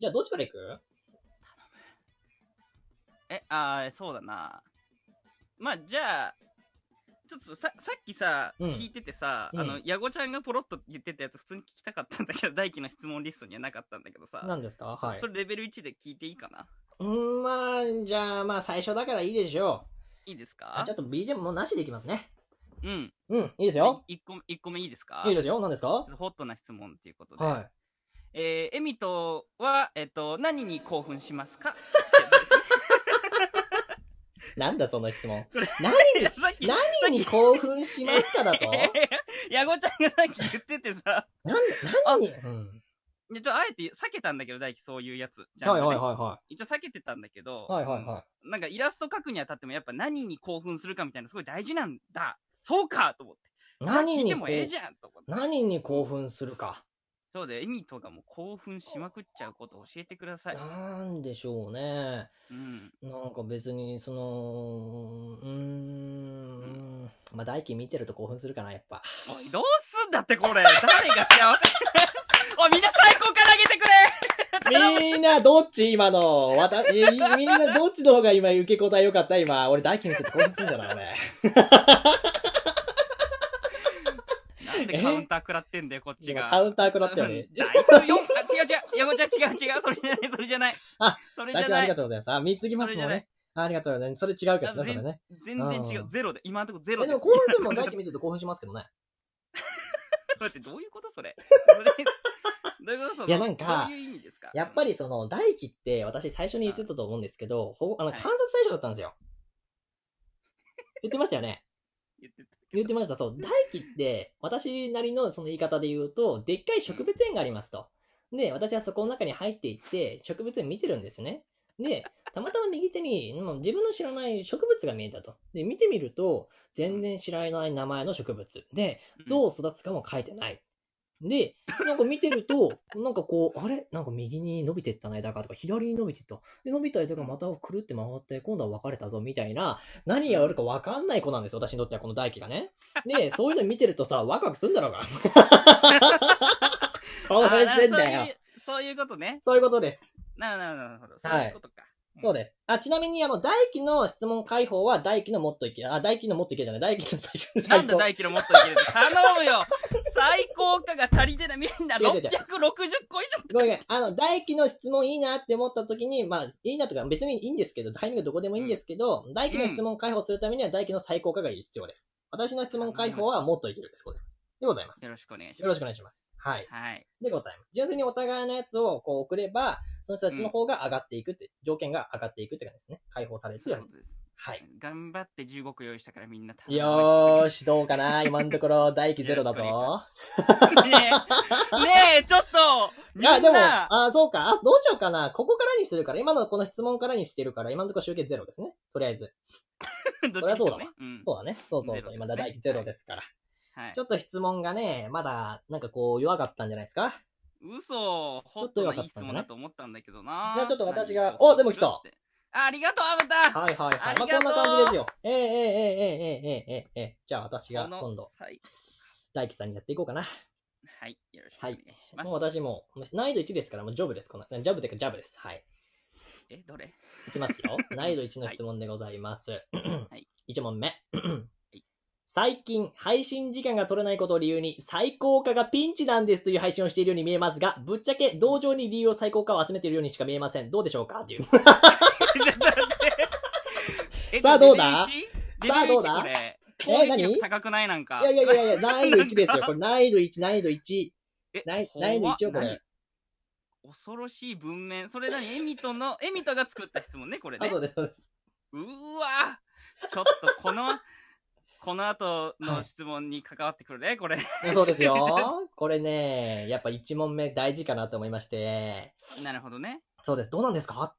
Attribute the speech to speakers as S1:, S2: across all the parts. S1: じゃあ、どっちから行く
S2: え、ああ、そうだな。まあ、じゃあ、ちょっとさ、さっきさ、
S1: うん
S2: 聞いててさ、
S1: うん
S2: あの、ヤゴちゃんがポロッと言ってたやつ普通に聞きたかったんだけど、大輝の質問リストにはなかったんだけどさ、
S1: 何ですかはい
S2: そ。れレベル1で聞いていいかな
S1: うん、まあ、じゃあ、まあ、最初だからいいでしょ
S2: いいです
S1: う。
S2: か
S1: ちょっと BGM もうなしでいきますね。
S2: うん。
S1: うん、いいです
S2: で
S1: よ。
S2: 一個目、一個目いいですか
S1: いいですよ。何です
S2: ちょ
S1: か
S2: っとホットな質問っていうことで。
S1: は
S2: えー、エミとは、えっと、何に興奮します か
S1: い。なんだ、その質問。
S2: いやさっき、
S1: 何に興奮しますか だと
S2: ヤゴちゃんがさっき言っててさ、
S1: なん、何にうん。
S2: でちょ、あえて避けたんだけど、大輝そういうやつ。ジャン
S1: は
S2: ル
S1: いは
S2: で
S1: いはいは
S2: 一応避けてたんだけど、
S1: い。はいはいはい。
S2: なんかイラスト描くにあたってもやっぱ何に興奮するかみたいなすごい大事なんだ。そうかと思って。じゃあ聞
S1: 何
S2: い
S1: に
S2: て
S1: こ
S2: も
S1: う
S2: ええじゃんと思って。
S1: 何に興奮するか。
S2: そうで、エミとかも興奮しまくっちゃうこと教えてください。
S1: なんでしょうね。
S2: うん。
S1: なんか別に、その、うーん、まあ、大輝見てると興奮するかな、やっぱ。
S2: おい、どうすんだってこれ。誰が幸せ。 おい、みんな最高からあげてくれ
S1: みんな、どっち今の、わた、えみんな、どっちの方が今受け答えよかった今。俺、大輝見てて興奮するんじゃない 俺。
S2: なんでカウンター食らってんだよ、こっち
S1: 今
S2: が。
S1: カウンター食らったよ ね。
S2: ダイスよ。あ、違う違う。ヤゴちゃん違う違う。それじゃない、それじゃない。
S1: あ、
S2: それじ
S1: 大
S2: ゃ
S1: 輝あ
S2: な
S1: りが
S2: い。
S1: とうございます。あ、3ついきます
S2: それじ
S1: も
S2: ゃ
S1: ん
S2: ない
S1: ね。あありがとうございます。それ違うけど
S2: あ
S1: ね、そ
S2: 全
S1: れね。
S2: 全然違
S1: う
S2: う。
S1: ん
S2: ゼロで。今のところゼロ
S1: え、
S2: で
S1: ですも興奮するもん、大輝見てると興奮しますけどね。
S2: 待って、どういうこと それ。それどういうことその
S1: いやなんか
S2: どういう意味ですか
S1: やっぱりその、大輝って私最初に言ってたと思うんですけど、ほあの、
S2: はい
S1: 観察対象だったんです よ。言ってましたよね。
S2: 言ってたけど
S1: 言ってました。そう。大輝って、私なりのその言い方で言うと、でっかい植物園がありますと。で、私はそこの中に入っていって、植物園見てるんですね。で、たまたま右手に、もう自分の知らない植物が見えたと。で、見てみると、全然知らない名前の植物。で、どう育つかも書いてない。で、なんか見てると、 なんかこう、あれなんか右に伸びてったな枝がとか、左に伸びてった。で、伸びた枝がまたくるって回って、今度は別れたぞ、みたいな、何やるか分かんない子なんですよ、私にとってはこの大輝がね。 で、そういうの見てるとさ、ワクワクするんだろうが。
S2: うん
S1: 興奮すんだ
S2: あ
S1: よ
S2: そうい。うそういうことね。
S1: そういうことです。
S2: なるほど、なるほど。そう
S1: はい
S2: いうことか。
S1: そうです。あ、ちなみに、あの、大輝の質問解放は、大輝のもっといけ、あ、大輝のもっといけじゃない、大輝の最高。
S2: なん
S1: 最
S2: だ
S1: 高。
S2: 大キロもっといけるの頼むよ最高価が足りてない。みんな
S1: 違う違う違う
S2: 660個以上
S1: ごめんごめん。あの、大輝の質問いいなって思った時に、まあ、いいなとか別にいいんですけど、タイミングどこでもいいんですけど、大輝の質問解放するためには大輝の最高化が必要です。私の質問解放はもっといけるです。ございます。でございます。
S2: よろしくお願いします。
S1: よろしくお願いします。はい。
S2: はい。
S1: でございます。純粋にお互いのやつをこう送れば、その人たちの方が上がっていくって、条件が上がっていくって感じですね。解放されると
S2: そう
S1: い
S2: いうう
S1: 感
S2: こ
S1: じで。
S2: とですす。
S1: はい。
S2: 頑張って15個用意したからみんな頼
S1: よー
S2: し。
S1: し、どうかな今のところ、大輝ゼロだ
S2: よろしくお願い
S1: ぞ。
S2: しねえ、ねえ、ちょっとみん
S1: いや、でも、
S2: な、
S1: あ、そうか。あ、どうしようかな。ここからにするから、今のこの質問からにしてるから、今のところ集計ゼロですね。とりあえず。
S2: ど
S1: そ
S2: っ
S1: りゃ
S2: ちにし
S1: そうだ
S2: ても
S1: わ
S2: ね。うん。
S1: そうだね。そうそうそう。
S2: ゼロですね
S1: 今だ第ゼロですから。
S2: はい
S1: ち。ょっと質問がね、まだ、なんかこう、弱かったんじゃないですか
S2: 嘘ホットがいい質問だと思ったんだけどな。
S1: ちょっと私が
S2: 何を
S1: おでも来た
S2: するってあ、ありがとう、アバ
S1: はいはいはい。ま
S2: あ
S1: あ、
S2: り
S1: こ
S2: が
S1: ん
S2: と
S1: な
S2: う
S1: 感じですよ。ええええええええええええじゃあ私が
S2: タンこ
S1: 今
S2: の
S1: 度、
S2: 際
S1: 大輝さんにやっていこうかな。
S2: はい、よろしくお願いします。
S1: もう私も、難易度1ですから、もうジョブです。この、ジャブというかジャブです。はい。
S2: え、どれ
S1: いきます よ。難易度1の質問でございます。
S2: い
S1: 1問目
S2: い。
S1: 最近、配信時間が取れないことを理由に、最高化がピンチなんですという配信をしているように見えますが、ぶっちゃけ、同情に理由を最高化を集めているようにしか見えません。どうでしょうかという。
S2: え
S1: さあどうだ
S2: レベル1
S1: さあどうだ
S2: レベル1こ
S1: え
S2: れ攻撃力高くないなんか。
S1: いやいやいやい や、難易度1です
S2: なん
S1: よ。
S2: か
S1: これ難易度1、難易度1。
S2: え
S1: ないないの一応これ。
S2: 怖っ何恐ろしい文面。それなに、エミトの、エミトが作った質問ね、これ
S1: あ、
S2: ね。
S1: そうです、そうです。
S2: うーわちょっとこの、この後の質問に関わってくるね、これ。
S1: いやそうですよ。これね、やっぱ1問目大事かなと思いまして。
S2: なるほどね。
S1: そうです。どうなんですか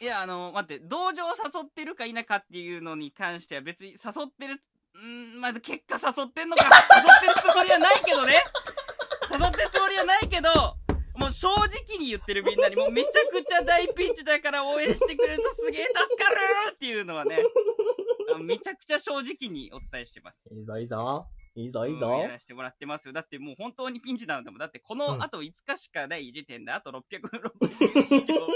S2: いや、あの、待って、同情を誘ってるか否かっていうのに関しては別に誘ってる、んーまあ、結果誘ってんのか、誘ってるつもりはないけどね。誘ってるつもりはないけど、もう正直に言ってるみんなに、もうめちゃくちゃ大ピンチだから応援してくれるとすげえ助かるっていうのはね、あのめちゃくちゃ正直にお伝えしてます。
S1: いいぞ、いいぞ。いいいぞ、いい
S2: うん
S1: ぞ
S2: や。らせてもらってますよ。だってもう本当にピンチなんだもん。だって
S1: う
S2: こ
S1: ん
S2: のあと5日しかない時点で、あと660以上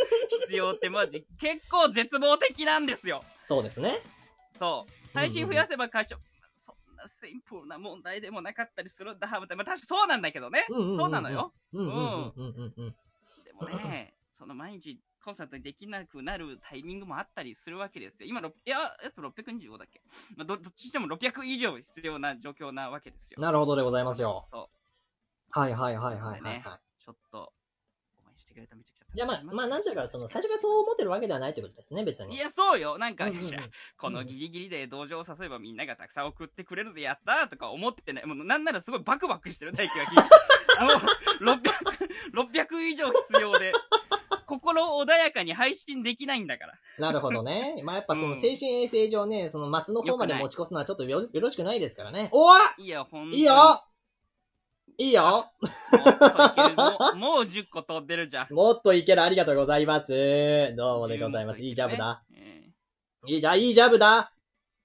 S2: 必要ってマジ結構絶望的なんですよ。
S1: そうですね。
S2: そう。配信増やせば解消。そんなシンプルな問題でもなかったりするんだ、ハムタイム。まあ確かそうなんだけどね。
S1: うんうんうんうん
S2: そうなのよ。
S1: うんうんうんうんうん。
S2: でもね、その毎日コンサートできなくなるタイミングもあったりするわけですよ。今、ろいや、やっぱ625だっけ、まあ、どどっちにしても600以上必要な状況なわけですよ。
S1: なるほどでございますよ。
S2: そう。
S1: はいはいはいはいはい、はい
S2: ねちょっと、応援してくれためちゃくちゃ。
S1: じゃあまあ、まあなんていうか、その、最初からそう思ってるわけではないということですね、別に。
S2: いや、そうよ。なんか、
S1: うんうんうん
S2: いやこのギリギリで同情を誘えばみんながたくさん送ってくれるぜ、やったーとか思ってない。もうなんならすごいバクバクしてる、 大輝が。もう、600、600以上必要で、心穏やかに配信できないんだから。
S1: なるほどね。まあやっぱその
S2: うん
S1: 精神衛生上ね、その松の方まで
S2: よくない
S1: 持ち越すのはちょっとよよろしくないですからね。おわ
S2: いや、ほんと
S1: い
S2: に
S1: いよいいよ
S2: もっといけるもうもう10個飛んでるじゃん。
S1: もっといける、ありがとうございます。どうもでございます。
S2: 10も
S1: いいジャブだ。
S2: ね。え
S1: いいじゃん、いいジャブだ。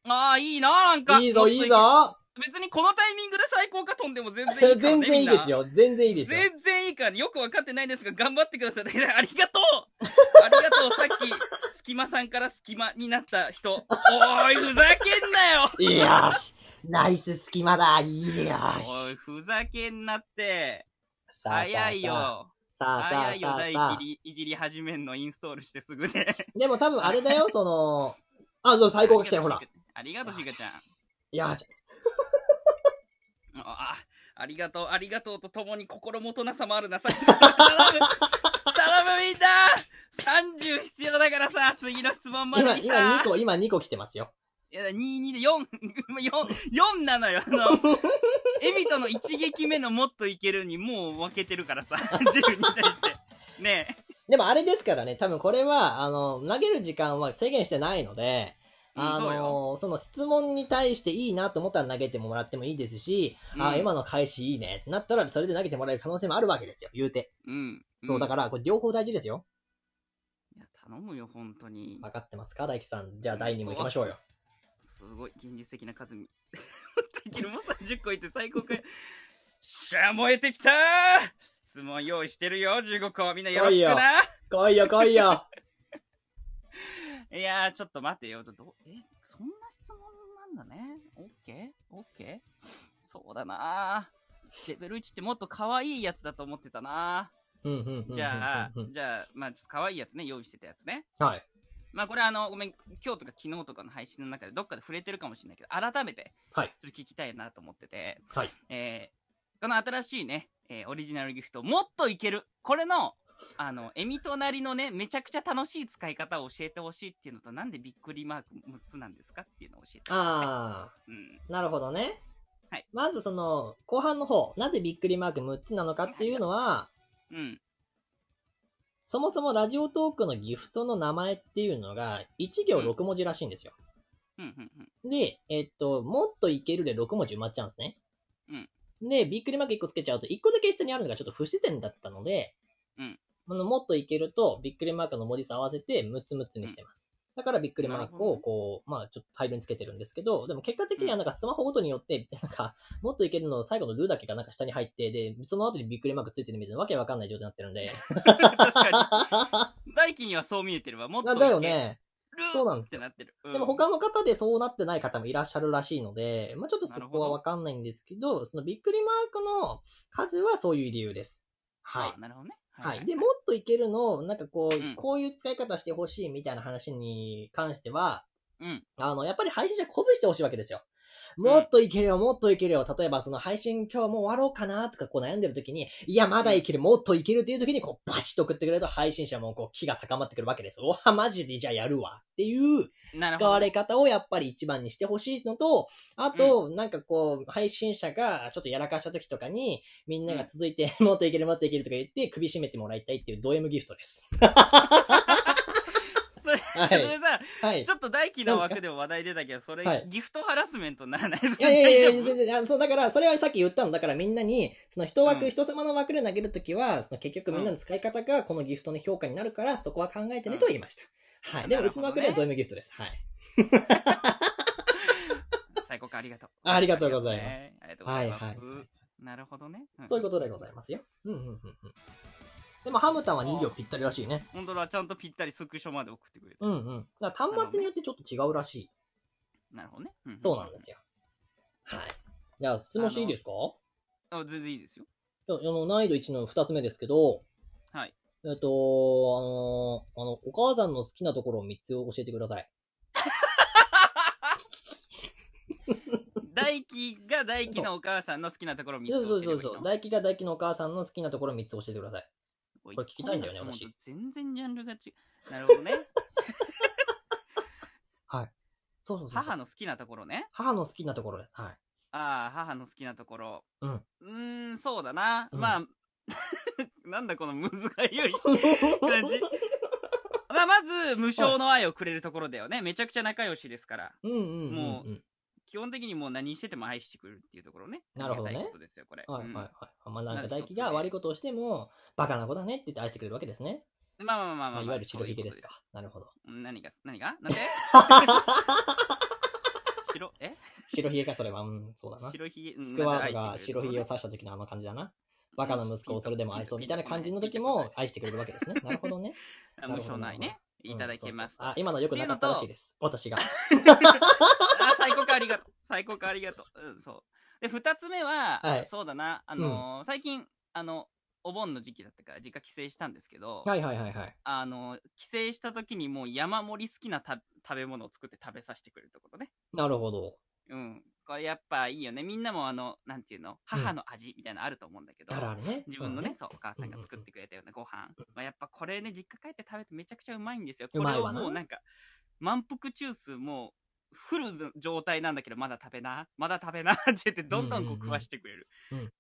S2: えああ、いいな、なんか。
S1: いいぞ、いい
S2: もっ
S1: ぞ。
S2: といけ。別にこのタイミングで最高か飛んでも全然いいから、ね。
S1: 全然いい
S2: みん
S1: で
S2: な
S1: すよ。全然いいですよ。
S2: 全然いいから、よくわかってないですが、頑張ってください。 ありがとうありがとう、さ っき、隙間さんから隙間になった人。おーい、ふざけんなよ
S1: いやーし。ナイス隙間だ。いやーし。
S2: おい、ふざけんなって。
S1: さあ
S2: 早い。よ。
S1: さあさ
S2: 早
S1: あ
S2: い
S1: さ
S2: よ、
S1: あ
S2: 大
S1: さあ
S2: いじ。り、いじり始めんのインストールしてすぐで。
S1: でも多分あれ だよ、その、あ、そう、最高が来たよ、ほら。。
S2: ありがとう、しかちゃん。
S1: いやーし。
S2: ああ、ありがとう、ありがとうとともに心もとなさもある なさ。頼む、頼むみんな !30 必要だからさ、次の質問まで
S1: 今、
S2: に
S1: 今
S2: さ
S1: 2。個、今2個来てますよ。
S2: いや、22で4、4、4なのよ。あの、エビとの一撃目のもっといけるにもう分けて るからさ、10に対して。ね
S1: でもあれですからね、多分これは、あの、投げる時間は制限してないので、
S2: うん
S1: あ
S2: そう
S1: の、
S2: よ
S1: その質問に対していいなと思ったら投げてもらってもいいですし、あ、
S2: うん
S1: 今の返しいいねってなったら、それで投げてもらえる可能性もあるわけですよ、言うて。
S2: え。うん。。
S1: そう、だからら、これ両方大事ですよ。
S2: いや、頼むよ、本当に。
S1: 分かってますか大輝さん。じゃあ第2問行きましょう よ。
S2: すごい、現実的な数見。 本当にもう30個いって最高 かよ。しゃあ、燃えてきたー質問用意してるよ、15個。みんなよろしくな
S1: 来いよ来い よ
S2: いやー、ちょっと待ってよ。どどえ、そんな質問なんだね。オッケーオッケーそうだなーレベル1ってもっと可愛いやつだと思ってたな
S1: うんうんうんうんうん。
S2: じゃあ
S1: う、ん
S2: じゃあ、まあちょっと可愛いやつね、用意してたやつね。
S1: はい。
S2: まあこれあの、ごめん、今日とか昨日とかの配信の中でどっかで触れてるかもしれないけど、改めて、
S1: はい。
S2: ちょっと聞きたいなと思ってて、
S1: はい。
S2: えー、この新しいね、えーオリジナルギフト、もっといけるこれの、あの、エミとなりのね、めちゃくちゃ楽しい使い方を教えてほしいっていうのと、なんでびっくりマーク6つなんですかっていうのを教えてくださ
S1: あー。
S2: い。うん。
S1: なるほどね。
S2: はい。
S1: まずその、後半の方、なぜびっくりマーク6つなのかっていうのは、
S2: うん。
S1: そもそもラジオトークのギフトの名前っていうのが、1行6文字らしいんですよ。
S2: うん、うん、うん。
S1: で、えっと、もっといけるで6文字埋まっちゃうんですね。で、びっくりマーク1個つけちゃうと、1個だけ下にあるのがちょっと不自然だったので、
S2: うん
S1: あのもっといけると、びっくりマークの文字数合わせて6つ6つにしてます。だからびっくりマークをこう、まあちょっと大量につけてるんですけど、でも結果的にはなんかスマホごとによって、 なんか、もっといけるの最後のルーだけがなんか下に入って、で、その後にびっくりマークついてるみたいなわけわかんない状態になってるんで。
S2: 確かに。大輝にはそう見えてるわ。もっ
S1: な
S2: と
S1: いん
S2: け
S1: だよね。
S2: る
S1: そうなんです
S2: ってなってる。うん
S1: でも他の方でそうなってない方もいらっしゃるらしいので、まあちょっとそ
S2: なる
S1: こ
S2: ほ
S1: は
S2: ど
S1: わかんないんですけど、そのびっくりマークの数はそういう理由です。はい
S2: あ。なるほどね。
S1: はい。で、もっといけるの、なんかこう、
S2: うん
S1: こういう使い方してほしいみたいな話に関しては、
S2: うん。
S1: あの、やっぱり配信者鼓舞してほしいわけですよ。もっといけるよ、もっといけるよ。例えば、その配信今日もう終わろうかなとかこう悩んでる時に、いや、まだいける、もっといけるっていう時に、こう、バシッと送ってくれると配信者もこう、気が高まってくるわけです。おは、マジでじゃあやるわっていう
S2: なる
S1: 使
S2: ほど。
S1: われ方をやっぱり一番にしてほしいのと、あと、なんかこう、配信者がちょっとやらかした時とかに、みんなが続いて、 もっといけるもっといけるとか言って、首絞めてもらいたいっていうド M ギフトです。
S2: それ、
S1: は
S2: それ
S1: い。
S2: さ、
S1: はい。
S2: ちょっと大輝の枠でも話題出たけど、そ
S1: は
S2: れ
S1: い、
S2: ギフトハラスメントにならないです
S1: いやいやいや、全然、あそう、だから、それはさっき言ったの。だからみんなに、その人枠、
S2: うん
S1: 人様の枠で投げるときは、その結局みんなの使い方がこのギフトの評価になるから、そこは考えてねと言いました。はい。でも、
S2: な
S1: う
S2: る
S1: ち
S2: ほ
S1: の枠
S2: どね
S1: ではド M ギフトです。はい。
S2: さっここありがとう。
S1: あありがとうございます
S2: ね。ありがとうございま
S1: はい
S2: す
S1: はいはい。
S2: なるほどね。うん
S1: そういうことでございますよ。うんうんうんうん。でもハムタンは2行ぴったりらしいね。
S2: 本当だ、ちゃんとぴったりスクショまで送ってくれて
S1: う。んうん。だから端末によってちょっと違うらしい。
S2: なるほどね。
S1: そうなんです
S2: よ。
S1: よ。はい。じゃあ質問していいですか
S2: あ、全然いいですよ。
S1: じゃああの難易度1の2つ目ですけど、
S2: はい。
S1: えっと、あのーあの、お母さんの好きなところを3つ教えてください。
S2: 大輝が大輝のお母さんの好きなところを見つ
S1: そうそう
S2: け
S1: そう
S2: て
S1: そう。唾液が唾液のお母さんの好きなところを3つ教えてください。
S2: こ
S1: れ聞きたいんだよね私
S2: 全然ジャンルが違う。なるほ どね。
S1: そうそうそうそう
S2: 母の好きなところね。
S1: 母の好きなところです。はい。
S2: ああ、母の好きなところ。
S1: うん
S2: ーん、そうだな。
S1: うん
S2: まあ、 なんだこのむずがゆい感 じ。まあ、まず、無償の愛をくれるところだよね。めちゃくちゃ仲良しですから。
S1: うんうんうん、
S2: も
S1: うん。
S2: 基本的にもう何してても愛してくれるっていうところね。
S1: なるほどね
S2: ありがたいことですよ、これ。
S1: はいはいはい。まあなん
S2: ま
S1: か
S2: ず
S1: 大
S2: 一つ
S1: 輝が悪いことをしても、バカな子だねって言って愛してくれるわけですね。
S2: うんまあまあまあまあ、
S1: まあ、いわゆる白ひげです
S2: そういうこ
S1: か。なるほど。
S2: とです。うん何が、何が なんで白、え
S1: 白ひげか、それは。うん、そうだな。
S2: 白ひげ、うん
S1: スクワート
S2: まず
S1: が
S2: 愛してく
S1: 白
S2: れ
S1: ひ
S2: る
S1: げ
S2: と
S1: を
S2: ころ
S1: 刺
S2: ね
S1: した時のあの感じだな。バカな息子をそれでも愛そうみたいな感じの時
S2: う
S1: も
S2: ん
S1: 愛してくれるわけです ね。なるほどね。
S2: あ無償の愛ね。いただきますと。
S1: うんそうそうあ、今のよくなかったらしいです。私が。
S2: あ、最高か、ありがとう。最高か、ありがとう。うん、そう。で、二つ目は、
S1: はい
S2: そうだな、あのー最近、あの、お盆の時期だったから、実家帰省したんですけど、
S1: はいはいはいはい。
S2: あのー帰省した時にもう山盛り好きなた食べ物を作って食べさせてくれるところね。
S1: なるほど。
S2: うん。これやっぱいいよね。みんなもあの、なんていうの、母の味みたいなのあると思うんだけど、
S1: あるあるね。
S2: 自分の
S1: う
S2: ね、
S1: ん
S2: そう、お母さんが作ってくれたようなご飯。まあ、やっぱこれね、実家帰って食べてめちゃくちゃうまいんですよ。こ
S1: うま
S2: れ
S1: い
S2: を
S1: わな
S2: もうなんか、満腹中枢もう、フルの状態なんだけど、まだ食べな、まだ食べなって言って、どんどん
S1: うんうん
S2: こう
S1: うん
S2: 食わしてくれる。
S1: うん